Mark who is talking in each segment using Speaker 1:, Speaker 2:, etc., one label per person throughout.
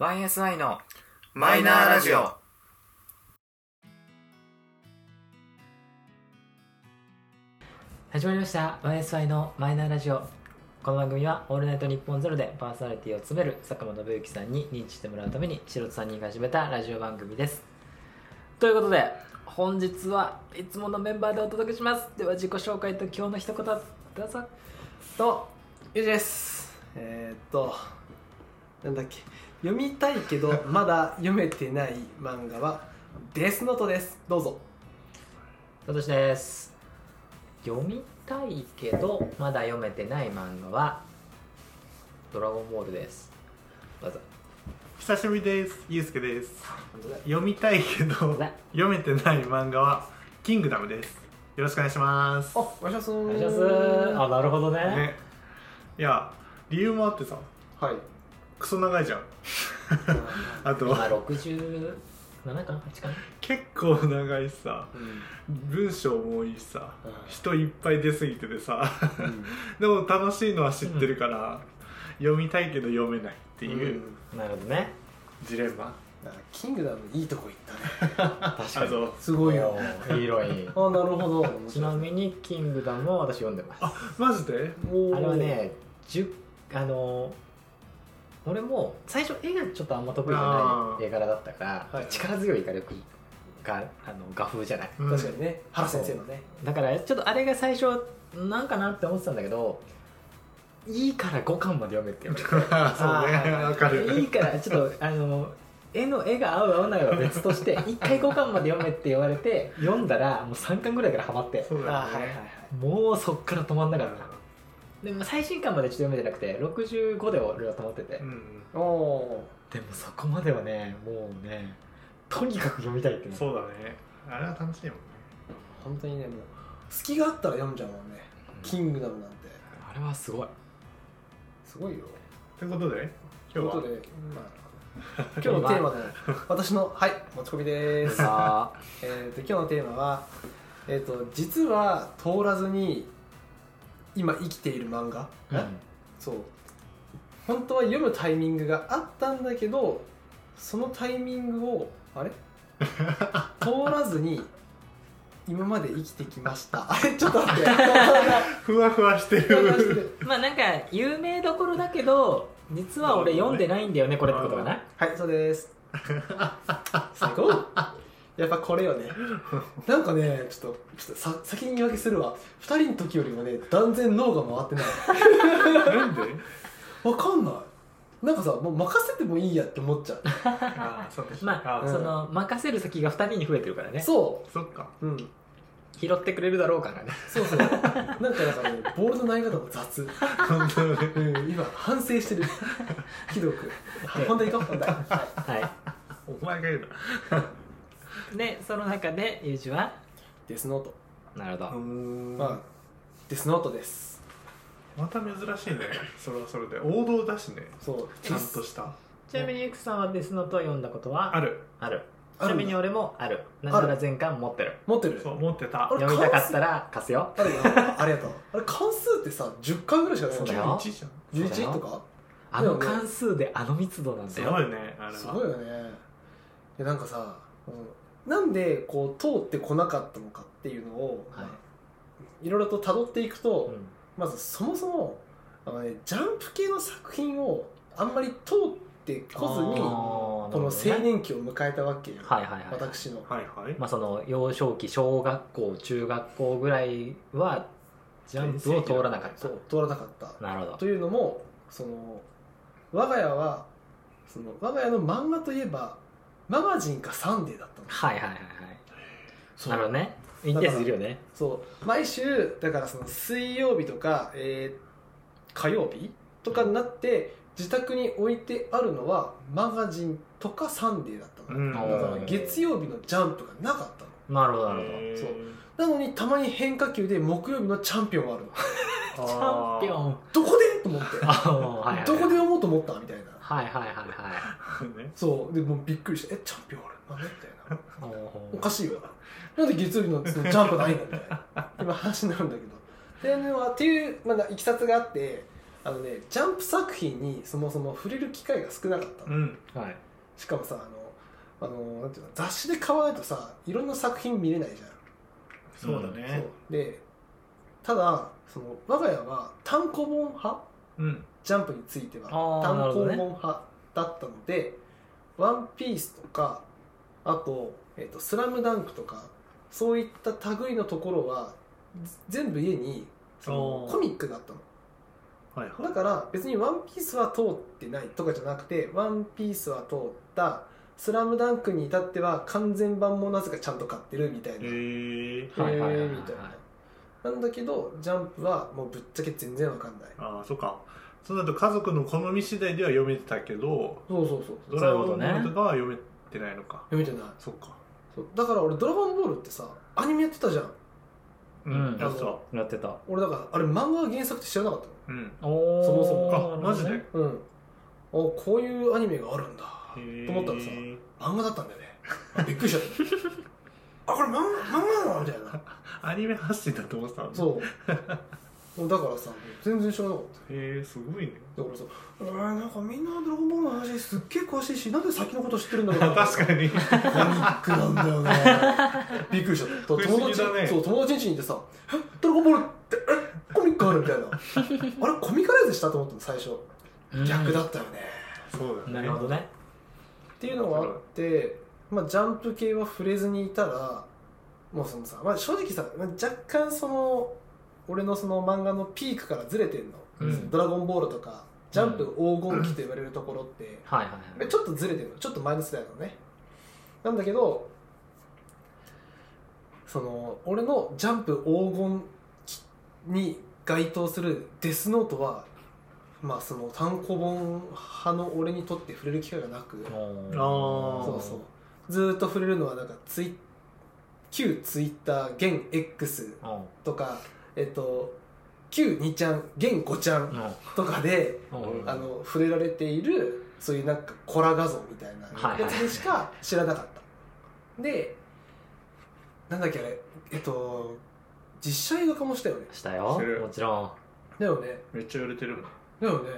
Speaker 1: YSI の
Speaker 2: マイナーラジオ。
Speaker 3: 始まりました YSY のマイナーラジオこの番組は「オールナイトニッポンゼロでパーソナリティを務める佐久間信之さんに認知してもらうために素人3人が始めたラジオ番組ですということで本日はいつものメンバーでお届けしますでは自己紹介と今日の一言どうぞ
Speaker 4: どうもゆうじですえー、っとなんだっけ読みたいけどまだ読めてない漫画はデスノートですどうぞ
Speaker 3: サトシです読みたいけどまだ読めてない漫画は「ドラゴンボール」ですどうぞ
Speaker 2: 久しぶりです。ゆうすけです。
Speaker 4: 本当だ
Speaker 2: 読みたいけど、
Speaker 3: うだ
Speaker 2: 読めてない漫画は、キングダムです。よろしくお願いします。
Speaker 4: おお願いしますお
Speaker 3: お願いしますあなるほどね
Speaker 2: ね。いや、理由もあってさ、
Speaker 4: はい
Speaker 2: クソ長いじゃん。あ と、
Speaker 3: 今67かな8かな
Speaker 2: 結構長いしさ、
Speaker 4: うん
Speaker 2: 文章も多いしさ、
Speaker 4: うん
Speaker 2: 人いっぱい出過ぎててさ、
Speaker 4: うん
Speaker 2: でも楽しいのは知ってるから、読みたいけど読めないっていう
Speaker 4: うん
Speaker 3: なるほどね
Speaker 2: ジレンマ。
Speaker 4: なんかキングダムいいとこ行ったね
Speaker 3: 確
Speaker 2: あの
Speaker 4: すごいよ
Speaker 3: 広い
Speaker 4: あなるほど
Speaker 3: ちなみに「キングダム」は私読んでますあ
Speaker 2: マジで
Speaker 4: おー
Speaker 3: れはね10あのー俺も最初絵がちょっとあんま得意じゃ
Speaker 2: あ
Speaker 3: ない
Speaker 2: ー
Speaker 3: 絵柄だったから、
Speaker 4: はい
Speaker 3: 力強い画力があの画風じゃない
Speaker 2: うん
Speaker 4: 確かにね原先生のね
Speaker 3: だからちょっとあれが最初なんかなって思ってたんだけどいいから5巻まで読めって言われて
Speaker 2: そうね、わかる。
Speaker 3: いいからちょっとあの絵の絵が合う合わないは別と して1回5巻まで読めって言われて読んだらもう3巻ぐらいからハマって
Speaker 2: そうだよね。
Speaker 4: あはいはいはい
Speaker 3: もうそっから止まんなかったでも最新巻までちょっと読めてなくて65で俺は止まってて、
Speaker 2: うん、
Speaker 4: おお
Speaker 3: でもそこまではねもうねとにかく読みたいってね
Speaker 2: そうだね。あれは楽しいもんね。
Speaker 4: ー本当にねもう隙があったら読んじゃうもんねキングダムなんて
Speaker 3: あれはすごい
Speaker 4: すごいよ
Speaker 2: ということで、
Speaker 4: とい
Speaker 2: 今
Speaker 4: う
Speaker 2: 日
Speaker 4: こ
Speaker 2: は
Speaker 4: と。で、 まあ、今日のテーマで私のはい持ち込みでー す。
Speaker 3: さあ
Speaker 4: えっと今日のテーマはえっ、と実は通らずに今生きている漫画、そう本当は読むタイミングがあったんだけどそのタイミングを あれ通らずに今まで生きてきましたあれちょっと待って
Speaker 2: ふわふわして る。
Speaker 3: まあなんか有名どころだけど実は俺読んでないんだよねこれってことかな
Speaker 4: はい、そう です。最高やっぱこれよね。なんかね、ちょっと、ちょっとさ先に言い訳するわ。二人の時よりもね、断然脳が回ってない。
Speaker 2: なんで
Speaker 4: わかんない。なんかさ、もう任せてもいいやって思っちゃう。
Speaker 2: あーそうか
Speaker 3: まあ、
Speaker 2: ー
Speaker 3: その任せる先が2人に増えてるからね
Speaker 4: そ
Speaker 2: そっか。
Speaker 4: う。うん。
Speaker 3: 拾ってくれるだろうからね
Speaker 4: そうそう。なんかなんかね、ボールの投げ方も雑。
Speaker 2: 本当 だね。
Speaker 4: うん、今、反省してる。ひどく。はい本題行こう、本題。は
Speaker 3: は
Speaker 2: お前が言う
Speaker 3: いでその中でゆうじはい
Speaker 4: デスノート。
Speaker 3: なるほど、
Speaker 2: な。
Speaker 4: まあ、デスノートです。
Speaker 2: また珍しいね。それはそれで。王道だしね。
Speaker 4: そう。
Speaker 2: ちゃんとした。
Speaker 3: ちなみにゆくさんはデスノートを読んだことは
Speaker 2: ある。
Speaker 3: ある
Speaker 4: あ
Speaker 3: ちなん
Speaker 4: るだ
Speaker 3: みに俺もあるなんなら全巻持ってる
Speaker 4: 持ってる
Speaker 2: そう、持ってた
Speaker 4: あ。れ
Speaker 3: 読みたかったら貸すよ
Speaker 4: あるよ。ありがとう。あれ、関数ってさ、10回ぐらいしかない
Speaker 3: そうだよ
Speaker 2: 11じゃ
Speaker 4: 11とか
Speaker 3: あの関数であの密度なんだ
Speaker 2: ん。やば
Speaker 3: よ
Speaker 2: いね、あれは。
Speaker 4: すごいよねいやなんかさ、うんなんでこう通ってこなかったのかっていうのを、
Speaker 3: はい
Speaker 4: い、ろいろと辿っていく
Speaker 3: う
Speaker 4: と、
Speaker 3: ん
Speaker 4: まずそもそもあの、ね、ジャンプ系の作品をあんまり通ってこずに
Speaker 3: あー
Speaker 4: この
Speaker 3: なるほどね
Speaker 4: 青年期を迎えたわけよ、
Speaker 3: はいはいはい
Speaker 4: 私の、
Speaker 2: はいはい。
Speaker 3: まあその幼少期小学校中学校ぐらいはジャンプを通らなかっ
Speaker 4: そ
Speaker 3: た
Speaker 4: う通らなかった
Speaker 3: なるほど
Speaker 4: というのもその我が家はその我が家の漫画といえばマガジンかサンデーだったの
Speaker 3: はいはいはいはいなるほどね一定数いるよね
Speaker 4: そう毎週だからその水曜日とか、えー火曜日とかになって自宅に置いてあるのはマガジンとかサンデーだったの、
Speaker 2: うん。
Speaker 3: あ
Speaker 4: だか
Speaker 3: ー
Speaker 4: ら月曜日のジャンプがなかった
Speaker 3: なるほどなるほど
Speaker 2: へー
Speaker 4: そうのなのにたまに変化球で木曜日のチャンピオンがあるの
Speaker 2: あー
Speaker 3: チャンピオン
Speaker 4: どこでと思って
Speaker 3: あはいはい
Speaker 4: どこで読もうと思ったみたいな
Speaker 3: はいはいはいは
Speaker 2: ね
Speaker 4: そうでもうびっくりしてえチャンピオンあるなんでみたいない
Speaker 3: お
Speaker 4: おかしいよななんで月曜日のそのジャンプないんだみたいな今話になるんだけどっていうのはっていう、まあ、いきさつがあってあのねジャンプ作品にそもそも触れる機会が少なかったの
Speaker 2: うん
Speaker 3: はい
Speaker 4: しかもさあのあのなんていうの雑誌で買わないとさいろんな作品見れないじゃん
Speaker 2: そうだね
Speaker 4: そうでただその我が家は単行本派
Speaker 2: うん
Speaker 4: ジャンプについては
Speaker 3: あー
Speaker 4: 単
Speaker 3: なる
Speaker 4: 行
Speaker 3: ほど
Speaker 4: 本
Speaker 3: ね
Speaker 4: 派だったので「ワンピースとかあと「えっとスラムダンクとかそういった類のところは全部家にその
Speaker 2: おー
Speaker 4: コミックがあったの
Speaker 2: はいは
Speaker 4: だから別に「ワンピースは通ってないとかじゃなくて「ワンピースは通った「スラムダンクに至っては完全版もなぜかちゃんと買ってるみたい
Speaker 2: い
Speaker 4: な、
Speaker 2: へえ
Speaker 3: はいはいはいはい
Speaker 4: みたいななんだけどジャンプはもうぶっちゃけ全然わかんない
Speaker 2: ああそっかそうなると家族の好み次第では読めてたけど
Speaker 4: そうそうそう
Speaker 2: ド
Speaker 3: そうい
Speaker 2: ラ
Speaker 3: うこ
Speaker 2: ゴ
Speaker 3: と
Speaker 2: ンボ
Speaker 3: ね
Speaker 2: ールとかは読めてないのか
Speaker 4: 読めてない
Speaker 2: そっか
Speaker 4: そうだから俺「ドラゴンボール」ってさアニメやってたじゃん
Speaker 2: うん
Speaker 3: うん
Speaker 2: あそ
Speaker 3: やってた
Speaker 4: 俺だからあれ漫画が原作って知らなかった
Speaker 2: ううん
Speaker 3: おー
Speaker 4: そもそ
Speaker 3: な
Speaker 2: あ
Speaker 4: も
Speaker 2: マ
Speaker 3: るほ
Speaker 2: ジ
Speaker 3: ど
Speaker 2: で
Speaker 3: ね
Speaker 2: へ
Speaker 4: のうんあこういうアニメがあるんだ
Speaker 2: え
Speaker 4: と思ったらさ漫画だったんだよねあびっくりしちゃった あこれ漫画漫画なのみたいな
Speaker 2: アニメ発信だと思ってたのう
Speaker 4: そうだからさ全然知らなかった
Speaker 2: へえすごいね
Speaker 4: だからさ「えー、なんかみんなドラゴンボールの話すっげえ詳しいしなんで先のこと知ってるんだろうな」
Speaker 2: 確かに
Speaker 4: パニックなんだ よねびっくりしちゃった友
Speaker 2: 食い過ぎ
Speaker 4: 達
Speaker 2: だね
Speaker 4: そう友達ん家にいてさ「えドラゴンボールってえコミックある?」みた いなあれコミカライズしたと思ったの最初
Speaker 3: うん
Speaker 4: 逆だったよね、
Speaker 2: そうだね
Speaker 3: なるほどね
Speaker 4: っていうのがあって、まあ、ジャンプ系は触れずにいたらもうそのさ、まあ、正直さ若干その俺のその漫画のピークからずれてんの「
Speaker 3: うん
Speaker 4: ドラゴンボール」とか「ジャンプ黄金期」と言われるところって、
Speaker 3: はいはいはい
Speaker 4: ちょっとずれてるのちょっと前の世代なのねなんだけどその俺のジャンプ黄金期に該当するデスノートはまあその単行本派の俺にとって触れる機会がなく
Speaker 3: おー
Speaker 2: あー
Speaker 4: そうそうずーっと触れるのはなんかツイ旧ツイッター現 X
Speaker 3: お
Speaker 4: とかえっと旧2ちゃん現5ちゃん
Speaker 3: ー
Speaker 4: とかで
Speaker 3: おー
Speaker 4: あの触れられているそういうなんかコラ画像みたい
Speaker 3: はいは
Speaker 4: ないやつでしか知らなかった、でなんだっけあれえっと実写映画化もしたよね
Speaker 3: したよ
Speaker 2: してる
Speaker 3: もちろん
Speaker 4: だよね
Speaker 2: めっちゃ売れてる
Speaker 4: だよね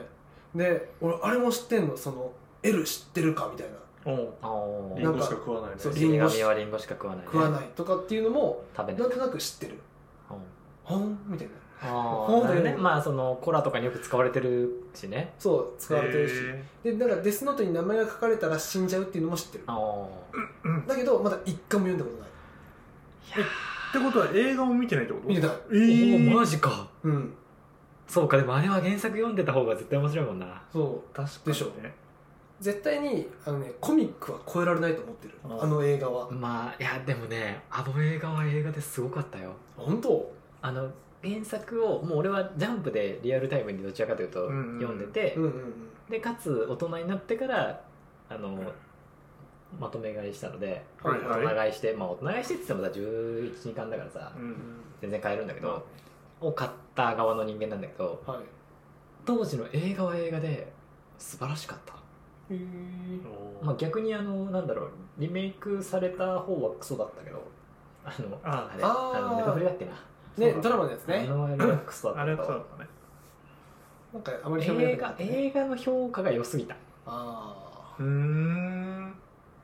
Speaker 4: で俺あれも知ってんのその L 知ってるかみたいな
Speaker 2: おお
Speaker 3: おー
Speaker 2: リンゴしか食わないね
Speaker 4: そう
Speaker 3: 死神はリンゴしか食わないね
Speaker 4: 食わないとかっていうのも
Speaker 3: 食べな
Speaker 4: ないんとなく知ってる
Speaker 3: おー
Speaker 4: ほんみたいな
Speaker 3: あ
Speaker 4: そう
Speaker 3: あ、
Speaker 4: だよね
Speaker 3: なるほどまあそのコラとかによく使われてるしね
Speaker 4: そう使われてるし
Speaker 2: へ
Speaker 4: でなんかデスノートに名前が書かれたら死んじゃうっていうのも知ってる
Speaker 3: ああ
Speaker 4: だけどまだ一回も読んだことない
Speaker 2: ーってことは映画も見てないってこと
Speaker 4: 見てない
Speaker 2: えー、
Speaker 3: マジか
Speaker 4: うん
Speaker 3: そうかでもあれは原作読んでた方が絶対面白いもんな
Speaker 4: そう
Speaker 2: 確かに、ね、
Speaker 4: でしょ絶対にあの、ね、コミックは超えられないと思ってる
Speaker 2: あ
Speaker 4: あの映画は
Speaker 3: まあいやでもねあの映画は映画ですごかったよ
Speaker 4: 本当
Speaker 3: あの原作をもう俺はジャンプでリアルタイムにどちらかというと
Speaker 2: うんうんうん
Speaker 3: 読んでて、
Speaker 4: うんうんうん
Speaker 3: でかつ大人になってからあの、まとめ買いしたので
Speaker 2: はい
Speaker 3: 大人
Speaker 2: はい、
Speaker 3: 買いして、まあ大人買いしてって言ってもさ112巻だからさ、
Speaker 2: うん、
Speaker 3: 全然買えるんだけど、を買った側の人間なんだけど
Speaker 4: はい
Speaker 3: 当時の映画は映画で素晴らしかった、
Speaker 4: へえ
Speaker 2: おー
Speaker 3: まあ、逆にあのなんだろうリメイクされた方はクソだったけどあの
Speaker 2: あ
Speaker 3: あれ
Speaker 4: あ
Speaker 3: あ
Speaker 4: ー
Speaker 3: のネタフリだっけな
Speaker 4: ねドラマのやつ
Speaker 3: あ
Speaker 4: ね
Speaker 3: の映画はクソだ
Speaker 2: あ
Speaker 3: っ
Speaker 2: れ
Speaker 3: た
Speaker 2: は
Speaker 3: け
Speaker 2: そう
Speaker 3: ど
Speaker 2: だね
Speaker 4: なんかあまり
Speaker 3: 映
Speaker 4: なか
Speaker 3: 画
Speaker 4: ったね
Speaker 3: 映画の評価が良すぎた
Speaker 4: あ
Speaker 2: うーん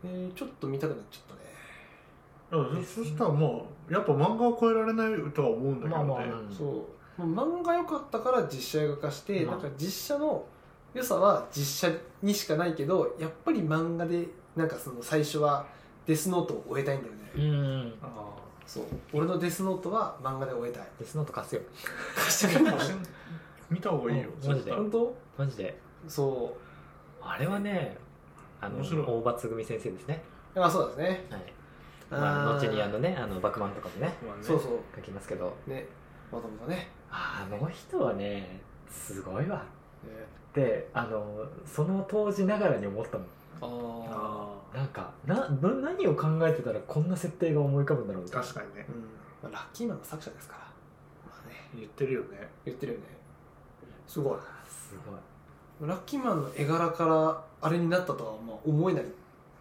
Speaker 4: ーえーちょっと見たくなっちゃったね
Speaker 2: あそそしたらもうやっぱ漫画は超えられないとは思うんだけどね、
Speaker 3: まあまあ、うん
Speaker 4: そうもう漫画良かったから実写映画化して、
Speaker 3: まあ
Speaker 4: なんか実写の良さは実写にしかないけどやっぱり漫画でなんかその最初はデスノートを終えたいんだよね、
Speaker 3: うん
Speaker 2: あ
Speaker 4: そう俺のデスノートは漫画で終 えたい
Speaker 3: デスノート貸すよ
Speaker 4: 貸してくれない
Speaker 2: ー見た方がいいよ
Speaker 3: うんマジで
Speaker 2: 絶対
Speaker 4: 本当
Speaker 3: マジで
Speaker 4: そう
Speaker 3: あれはねあの
Speaker 2: 面白い
Speaker 3: 大場つぐみ先生ですね、
Speaker 4: あそうですね
Speaker 3: はいまあ、後にあのねあのバクマンとかもね
Speaker 2: まあね
Speaker 4: そうそう
Speaker 3: 書きますけど
Speaker 4: ねまともとね
Speaker 3: あの人はねすごいわ
Speaker 4: ね
Speaker 3: ってあのその当時ながらに思ったもん
Speaker 4: あ
Speaker 2: あ
Speaker 3: なんかなな何を考えてたらこんな設定が思い浮かぶんだろうみ
Speaker 2: ー
Speaker 3: たいな
Speaker 2: 確かにね
Speaker 4: うん、まあ、ラッキーマンの作者ですからまあね
Speaker 2: 言ってるよね
Speaker 4: 言ってるよねすごい
Speaker 3: すごい
Speaker 4: ラッキーマンの絵柄からあれになったとはまあ思えない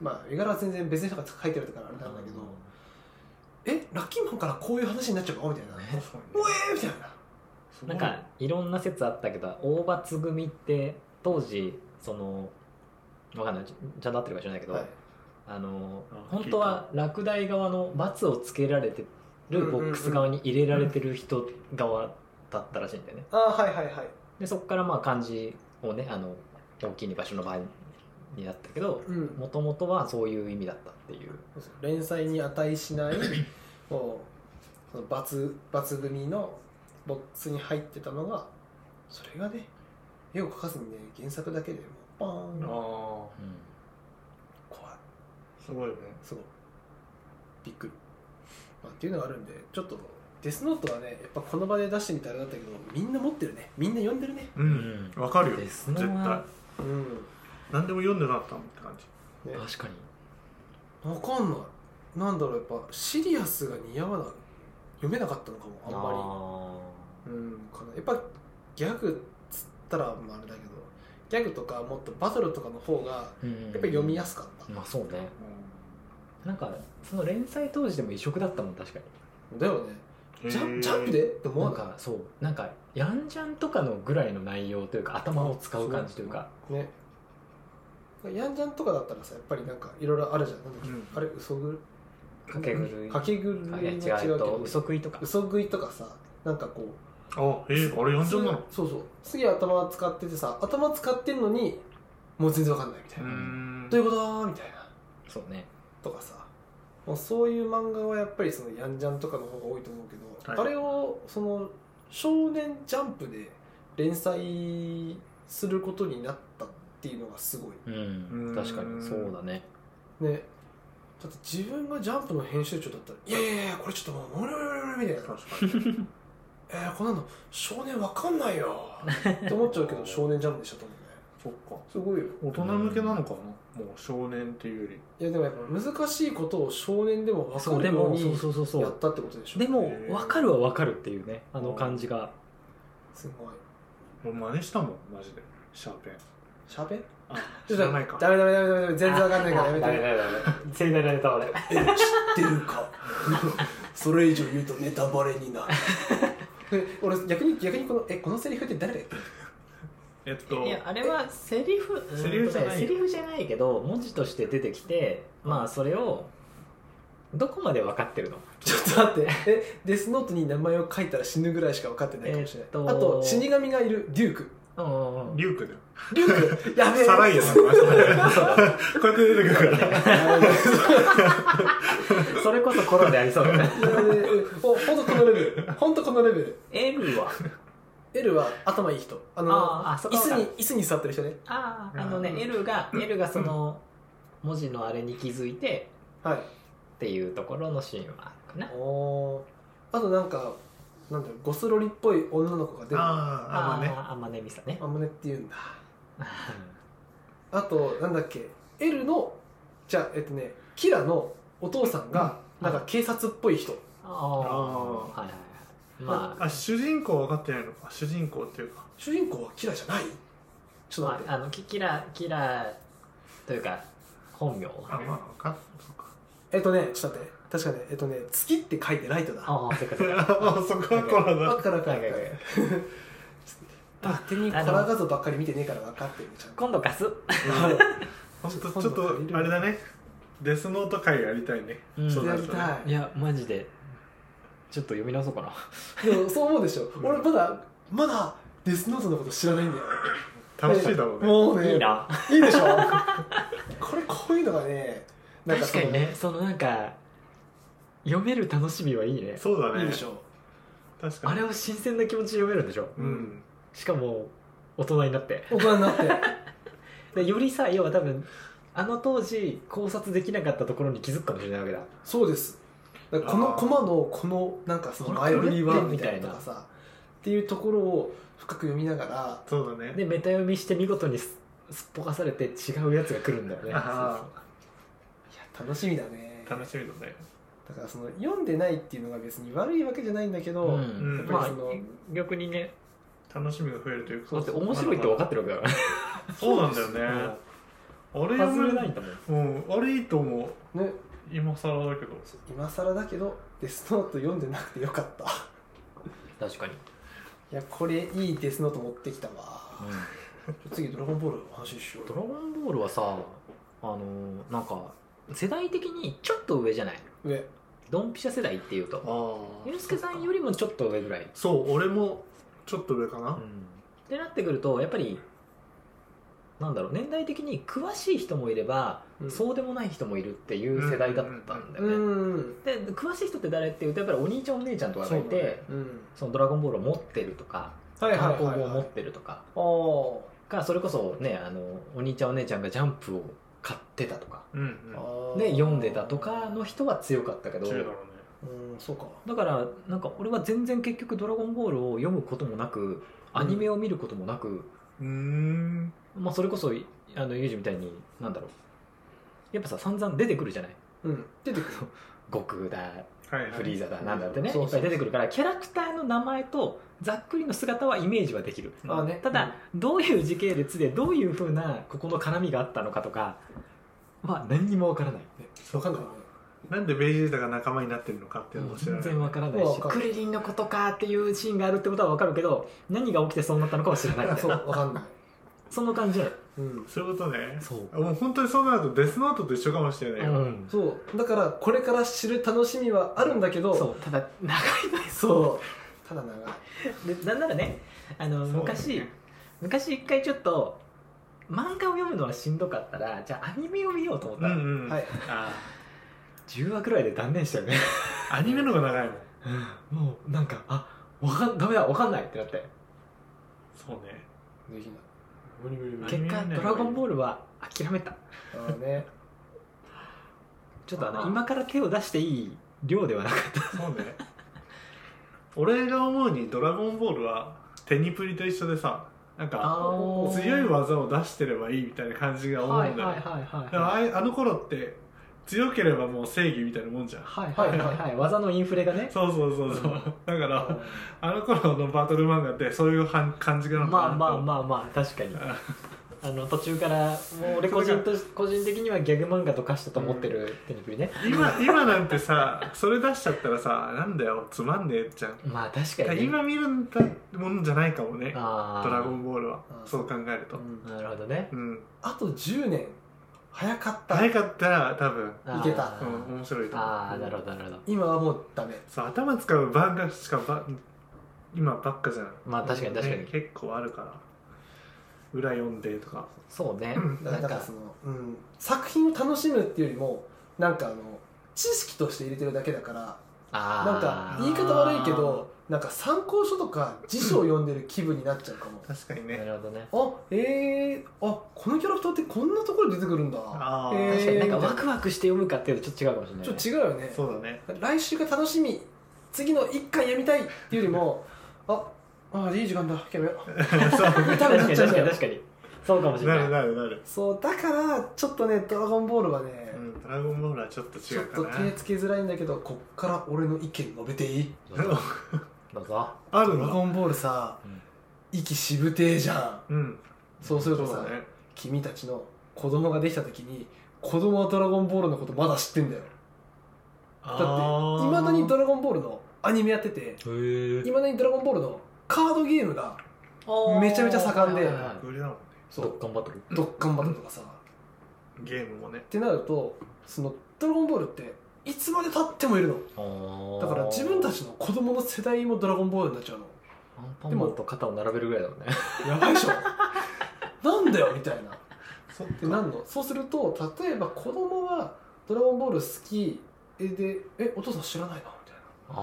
Speaker 4: まあ絵柄は全然別に書いてあるからあれなんだけど、えラッキーマンからこういう話になっちゃうかみたいな「
Speaker 3: ね
Speaker 4: おえー!」みたいな
Speaker 2: すご
Speaker 3: ないんかいろんな説あったけど大罰組って当時そのわかんないちちゃんと合ってるか知らないけど、
Speaker 4: はい
Speaker 3: あの
Speaker 2: あ
Speaker 3: 本当は落第側の罰をつけられてるボックス側に入れられてる人側だったらしいんだよね
Speaker 4: ああはいはいはい
Speaker 3: でそこからまあ漢字をねあの大きい場所の場合になったけど
Speaker 4: うん
Speaker 3: もともとはそういう意味だったっていう
Speaker 4: そうそう連載に値しない こうその罰罰組のボックスに入ってたのがそれがね絵を描かずにね原作だけでもうバーン怖い
Speaker 2: ああすごいね
Speaker 4: すごいびっくり、まあ、っていうのがあるんでちょっとデスノートはねやっぱこの場で出してみたらだったけどみんな持ってるねみんな読んでるね
Speaker 2: う
Speaker 3: うん
Speaker 2: わかるよ
Speaker 3: で
Speaker 2: 絶
Speaker 3: す
Speaker 2: 対
Speaker 3: のは
Speaker 4: うん
Speaker 2: 何でも読んでなかったもんって感じ
Speaker 4: ね
Speaker 3: 確かに
Speaker 4: 分かんないなんだろうやっぱシリアスが似合わない読めなかったのかもあんまりうんかなやっぱギャグっつったらまああれだけどギャグとかもっとバトルとかの方がや
Speaker 3: り
Speaker 4: っぱ読みやすかった、
Speaker 3: まあそうねなんかその連載当時でも異色だったもん確かに
Speaker 4: だよねジャンジャンプでって思
Speaker 3: なん
Speaker 4: わな
Speaker 3: かそうなんかヤンジャンとかのぐらいの内容というか頭を使う感じというか
Speaker 4: いねヤンジャンとかだったらさやっぱりなんかいろいろあるじゃんなんだっけ、
Speaker 2: うん
Speaker 4: あれ嘘ぐ
Speaker 3: かけ狂い
Speaker 4: かけぐる
Speaker 3: あ
Speaker 4: はい
Speaker 3: や
Speaker 4: 違う
Speaker 3: 違
Speaker 4: け
Speaker 3: うえっと
Speaker 4: ど
Speaker 3: 嘘食いとか
Speaker 4: 嘘食いとかさなんかこう
Speaker 2: あえー、あれ読んじゃんなの
Speaker 4: そうそう次頭使っててさ頭使ってんのにもう全然わかんないみたいな、
Speaker 2: ん
Speaker 4: どういうことみたいな
Speaker 3: そうね
Speaker 4: とかさもうそういう漫画はやっぱりそのヤンジャンとかの方が多いと思うけど、
Speaker 2: はい
Speaker 4: あれをその少年ジャンプで連載することになったっていうのがすごい
Speaker 3: うん
Speaker 2: うん
Speaker 3: 確かにそうだね
Speaker 4: ねだって自分がジャンプの編集長だったら「いやいやいやこれちょっともう無理無理無理無理」みたい
Speaker 2: 確
Speaker 4: な
Speaker 2: か に
Speaker 4: 「えー、こんなの少年わかんないよ」って思っちゃうけど少年ジャンプでしたと思うね
Speaker 2: そっか
Speaker 4: すごいよ
Speaker 2: 大人向けなのかなもう少年っていうより
Speaker 4: いやでもやっぱ難しいことを少年でも分
Speaker 3: そう
Speaker 4: か
Speaker 3: で
Speaker 4: るよう
Speaker 3: も
Speaker 4: に
Speaker 3: そうそうそうそ
Speaker 4: や
Speaker 3: う
Speaker 4: ったってことでしょ
Speaker 3: でも
Speaker 2: へー
Speaker 3: 分かるは分かるっていうねあの感じが
Speaker 4: すごい
Speaker 2: 俺真似したもんマジでシャーペン
Speaker 4: しゃべ
Speaker 2: あ
Speaker 4: ち
Speaker 2: 知
Speaker 4: ょっと
Speaker 2: らないか
Speaker 4: ダメダメダメダメ全然わかんないからやめ
Speaker 3: ダ
Speaker 4: て
Speaker 3: メダメ 盛大なネタ俺
Speaker 4: え知ってるかそれ以上言うとネタバレになる俺逆に逆にこのえこのセリフって誰だっけ
Speaker 2: えっと
Speaker 3: いやあれはセリフ
Speaker 2: セリフじゃ
Speaker 3: う
Speaker 2: ないよ
Speaker 3: んとねセリフじゃないけど文字として出てきてまあそれをどこまで分かってるの
Speaker 4: ちょっと待ってえデスノートに名前を書いたら死ぬぐらいしか分かってないかもしれない、
Speaker 3: えーっと
Speaker 4: あと死神がいるデューク
Speaker 3: うんうんうん
Speaker 2: リュウクだよ
Speaker 4: デュークやべえ
Speaker 2: サライヤさんのマジでこうやって出てくる から
Speaker 4: やべえ
Speaker 3: それこそコロナでありそうだね
Speaker 4: やべえおほんとこのレベルほんとこのレベル
Speaker 3: L は
Speaker 4: L は頭いい人あの
Speaker 3: あーあそこ
Speaker 4: 椅子に椅子に座ってる人ね
Speaker 3: あああのね
Speaker 2: うん
Speaker 3: L が L がその文字のあれに気づいて
Speaker 4: はい
Speaker 3: っていうところのシーンはあるかな
Speaker 4: おーあとなんかなんだろうゴスロリっぽい女の子が出るあ
Speaker 2: あーあまあね
Speaker 3: あまねみさね
Speaker 4: まねっていうんだあとなんだっけ L のじゃあえっとねキラのお父さんが
Speaker 3: うん
Speaker 4: なんか警察っぽい人、
Speaker 3: ああはいはいはいまあ
Speaker 2: あ主人公分かってないのか主人公っていうか
Speaker 4: 主人公はキラじゃないちょ
Speaker 3: ま
Speaker 4: っと待って、
Speaker 3: あ、あのキキラキラというか本名
Speaker 2: あ
Speaker 3: は
Speaker 2: まあ分かっそっか
Speaker 4: えっとねちょっと待って確かねえっとね月って書いてライトだあ
Speaker 3: ああそっかそっか
Speaker 2: あそこはコロナ
Speaker 4: っからか
Speaker 3: はいいはいはい
Speaker 4: 勝手にコラ画像ばっかり見てねえから分かってるちゃんと
Speaker 3: 今度貸す
Speaker 2: 本当ちょっとあれだねデスノート会やりたいね、
Speaker 3: うん
Speaker 2: そう
Speaker 4: や
Speaker 2: だ
Speaker 4: り
Speaker 2: ね
Speaker 4: た
Speaker 3: いやマジでちょっと読み直そうかない
Speaker 4: でもそう思うでしょ、俺まだまだデスノートのこと知らないんだよ
Speaker 2: 楽しいだろうね
Speaker 4: もうね
Speaker 3: いいない
Speaker 4: いでしょこれこういうのがねなん
Speaker 3: 確
Speaker 4: そ
Speaker 3: か
Speaker 4: の
Speaker 3: にねそのなんか読める楽しみはいいね
Speaker 2: そうだね
Speaker 4: いいでしょ
Speaker 2: 確かに
Speaker 3: あれを新鮮な気持ちで読めるんでしょ
Speaker 2: うん
Speaker 3: しかも大人になって
Speaker 4: 大人になって
Speaker 3: でよりさ要は多分あの当時考察できなかったところに気づくかもしれないわけだ
Speaker 4: そうですだからこの
Speaker 2: あー
Speaker 4: コマのこのなんかその
Speaker 3: こ
Speaker 4: 前
Speaker 3: れ
Speaker 4: 振りは
Speaker 3: これって
Speaker 4: みたいなとかさっていうところを深く読みながら
Speaker 2: そうだね
Speaker 3: でメタ読みして見事にすすっぽかされて違うやつが来るんだよね
Speaker 2: あ
Speaker 4: いや楽しみだね
Speaker 2: 楽しみだね
Speaker 4: だからその読んでないっていうのが別に悪いわけじゃないんだけど、
Speaker 3: うん
Speaker 2: うん
Speaker 3: ま
Speaker 4: や
Speaker 3: あ
Speaker 4: っぱりその
Speaker 3: 逆にね
Speaker 2: 楽しみが増えるというか
Speaker 3: だって面白いって分かってるわけだから
Speaker 2: そうなんだよね あれ
Speaker 3: 外れ
Speaker 2: 読
Speaker 3: な
Speaker 2: め
Speaker 3: いんだもん
Speaker 2: うんあれいいと思う
Speaker 4: ね
Speaker 2: 今更だけど
Speaker 4: 今更だけどデスノート読んでなくてよかった
Speaker 3: 確かに
Speaker 4: いやこれいいデスノート持ってきたわ次ドラゴンボールの話しよ
Speaker 3: ドラゴンボールはさあのーなんか世代的にちょっと上じゃないう
Speaker 4: 上
Speaker 3: ドンピシャ世代っていうと
Speaker 2: あ
Speaker 3: ユースケさんよりもちょっと上ぐらい、
Speaker 2: そう俺もちょっと上かな、
Speaker 3: ってなってくるとやっぱりなんだろう年代的に詳しい人もいれば、
Speaker 4: うん
Speaker 3: そうでもない人もいるっていう世代だったんだよね、
Speaker 4: うん
Speaker 3: で詳しい人って誰っていうとやっぱりお兄ちゃんお姉ちゃんとかがい
Speaker 2: そうだ
Speaker 3: て
Speaker 2: ね
Speaker 3: そ,、
Speaker 4: う
Speaker 3: の「
Speaker 4: ん
Speaker 3: ドラゴンボール」を持ってるとか
Speaker 4: はいはい
Speaker 3: 単
Speaker 4: はい
Speaker 3: 行
Speaker 4: はい
Speaker 3: 本を持
Speaker 4: あ
Speaker 3: ってるとか
Speaker 4: ー
Speaker 3: かそれこそねあのお兄ちゃんお姉ちゃんが「ジャンプ」を買ってたとか
Speaker 2: うんうん
Speaker 4: あー
Speaker 3: で読んでたとかの人は強かったけど
Speaker 2: 強いだろうね
Speaker 4: うんそうか
Speaker 3: だからなんか俺は全然結局「ドラゴンボール」を読むこともなくアニメを見ることもなく、
Speaker 2: うーん
Speaker 3: まあ、それこそあのユージみたいになんだろうやっぱさ散々出てくるじゃない
Speaker 4: うん出てくる
Speaker 3: 悟空だ
Speaker 2: はいはい
Speaker 3: フリーザだなんだってね
Speaker 4: そう
Speaker 3: い
Speaker 4: そう
Speaker 3: っぱい出てくるからキャラクターの名前とざっくりの姿はイメージはできる
Speaker 4: あーね
Speaker 3: ただ、どういう時系列でどういうふうなここの絡みがあったのかとかは何にもわからない
Speaker 4: 分かんないね
Speaker 2: なんでベジータが仲間になってるのかっていうのも知らな
Speaker 3: 全
Speaker 2: い
Speaker 3: 然わからない
Speaker 4: わ
Speaker 3: し
Speaker 4: かんない
Speaker 3: クリリンのことかっていうシーンがあるってことはわかるけど何が起きてそうなったのかは知らない
Speaker 4: そう分かんない
Speaker 3: その感じなの
Speaker 4: うん
Speaker 2: そういうことね
Speaker 3: そう
Speaker 2: もう本当にそうなるとデスノートと一緒かもしれないよ、
Speaker 3: うん
Speaker 4: そうだからこれから知る楽しみはあるんだけど
Speaker 3: そうただ長いのよ
Speaker 4: そうただ長い
Speaker 3: でなんならねあの
Speaker 2: そうだね
Speaker 3: 昔昔一回ちょっと漫画を読むのはしんどかったらじゃあアニメを見ようと思った
Speaker 2: う
Speaker 3: ら、
Speaker 2: んうん、
Speaker 4: はい
Speaker 2: あ
Speaker 3: 10話くらいで断念したよね
Speaker 2: ーアニメの方が長いもん
Speaker 3: もうなんかあわかんダメだわかんないってなって
Speaker 2: そうね
Speaker 4: できない無理無理無
Speaker 2: ア
Speaker 4: 理
Speaker 2: ニ
Speaker 3: 結
Speaker 2: メ
Speaker 3: 果「
Speaker 2: ね
Speaker 3: ドラゴンボール」は諦めた
Speaker 4: あのね
Speaker 3: ちょっとあの
Speaker 2: あー
Speaker 3: 今から手を出していい量ではなかった
Speaker 2: そうね俺が思うに「ドラゴンボール」はテニプリと一緒でさなんか
Speaker 4: ー
Speaker 2: 強い技を出してればいいみたいな感じが思うんだ
Speaker 3: はい
Speaker 2: よ、ね
Speaker 3: はいはいはい
Speaker 2: だからあ
Speaker 3: はい
Speaker 2: いあの頃って強ければもう正義みたいなもんじゃん
Speaker 3: はいはいはいはい技のインフレがね
Speaker 2: そうそうそうそうだか
Speaker 4: あ
Speaker 2: らあの頃のバトル漫画ってそういうはん感じがなのか
Speaker 3: まあ
Speaker 2: な
Speaker 3: まあ
Speaker 2: あ
Speaker 3: まあまあ確かに
Speaker 2: あ
Speaker 3: あの途中からもう俺個人とし個人的にはギャグ漫画と化したと思ってる手に振りね、
Speaker 2: 今今なんてさそれ出しちゃったらさなんだよつまんねえじゃん
Speaker 3: まあ確
Speaker 2: だか
Speaker 3: からに、ね、
Speaker 2: 今見るんだもんじゃないかもね
Speaker 3: あー
Speaker 2: ドラゴンボールは
Speaker 4: あー
Speaker 2: そう考えると
Speaker 4: うん
Speaker 3: なるほどね
Speaker 2: うん
Speaker 4: あと10年早かった
Speaker 2: 早かったら多分
Speaker 3: あー
Speaker 4: いけた
Speaker 2: うん面白いと思う
Speaker 3: ああなるほどなるほど
Speaker 4: 今はもうダメ
Speaker 2: そう頭使う漫画しかば今ばっかじゃん
Speaker 3: まあ確かに確かに、
Speaker 2: ね結構あるから裏読んでとか
Speaker 3: そうね
Speaker 4: だ
Speaker 3: な
Speaker 4: から
Speaker 3: ん
Speaker 4: だから
Speaker 3: か
Speaker 4: その、うん、作品を楽しむっていうよりもなんかあの知識として入れてるだけだから
Speaker 3: あー
Speaker 4: なんか言い方悪いけどなんか参考書とか辞書を読んでる気分になっちゃうかも、
Speaker 2: 確かにね
Speaker 3: なるほどね
Speaker 4: あえー、あこのキャラクターってこんなところに出てくるんだ
Speaker 2: あー
Speaker 4: えー
Speaker 3: 確かになんかワ
Speaker 4: み
Speaker 3: クワクして読むかっていうとちょっと違うかもしれない、
Speaker 4: たいな
Speaker 3: ょ
Speaker 4: ちょっと違うよね
Speaker 2: そうだね
Speaker 4: 来週が楽しみ次の一巻読みたいっていうより もああいい時間だやめよう多分
Speaker 3: 確
Speaker 4: な
Speaker 3: かに
Speaker 4: っちゃうん
Speaker 3: 確か
Speaker 4: だ
Speaker 3: に
Speaker 4: よ
Speaker 3: 確かにそうかもしれ
Speaker 2: な
Speaker 3: ない
Speaker 2: るなるなる、
Speaker 4: そうだからちょっとね「ドラゴンボール」はね、
Speaker 2: うん、ドラゴンボールはちょっと
Speaker 4: ち
Speaker 2: 違
Speaker 4: ょ
Speaker 2: う
Speaker 4: っ
Speaker 2: か
Speaker 4: と
Speaker 2: な
Speaker 4: 手つけづらいんだけどこっから俺の意見述べていい
Speaker 3: どうぞどうぞ
Speaker 2: あ
Speaker 4: ド
Speaker 2: る
Speaker 4: ラ
Speaker 2: の
Speaker 4: ゴンボールさ、
Speaker 3: うん
Speaker 4: 息渋てえじゃん
Speaker 2: うん
Speaker 4: そうすると
Speaker 2: そ
Speaker 4: さ、
Speaker 2: うだね
Speaker 4: 君たちの子供ができた時に子供はドラゴンボールのことまだ知ってんだよだっていまだにドラゴンボールのアニメやってて
Speaker 3: へ
Speaker 4: いまだにドラゴンボールのカードゲームがめちゃめちゃ盛んで
Speaker 2: 無料だもんね
Speaker 4: そ
Speaker 3: ド
Speaker 4: う
Speaker 3: ッカンバトル
Speaker 4: ドッカンバトルとかさっ
Speaker 2: ゲームもね
Speaker 4: てなるとそのドラゴンボールっていつまでたってもいるのだから自分たちの子供の世代もドラゴンボールになっちゃうの
Speaker 3: アンパンマンと肩を並べるぐらいだもんね
Speaker 4: やばい でしょなんだよみたいな
Speaker 2: そっ
Speaker 4: でなんのそうすると例えば子供はドラゴンボール好きえでえお父さん知らないなみ
Speaker 3: あ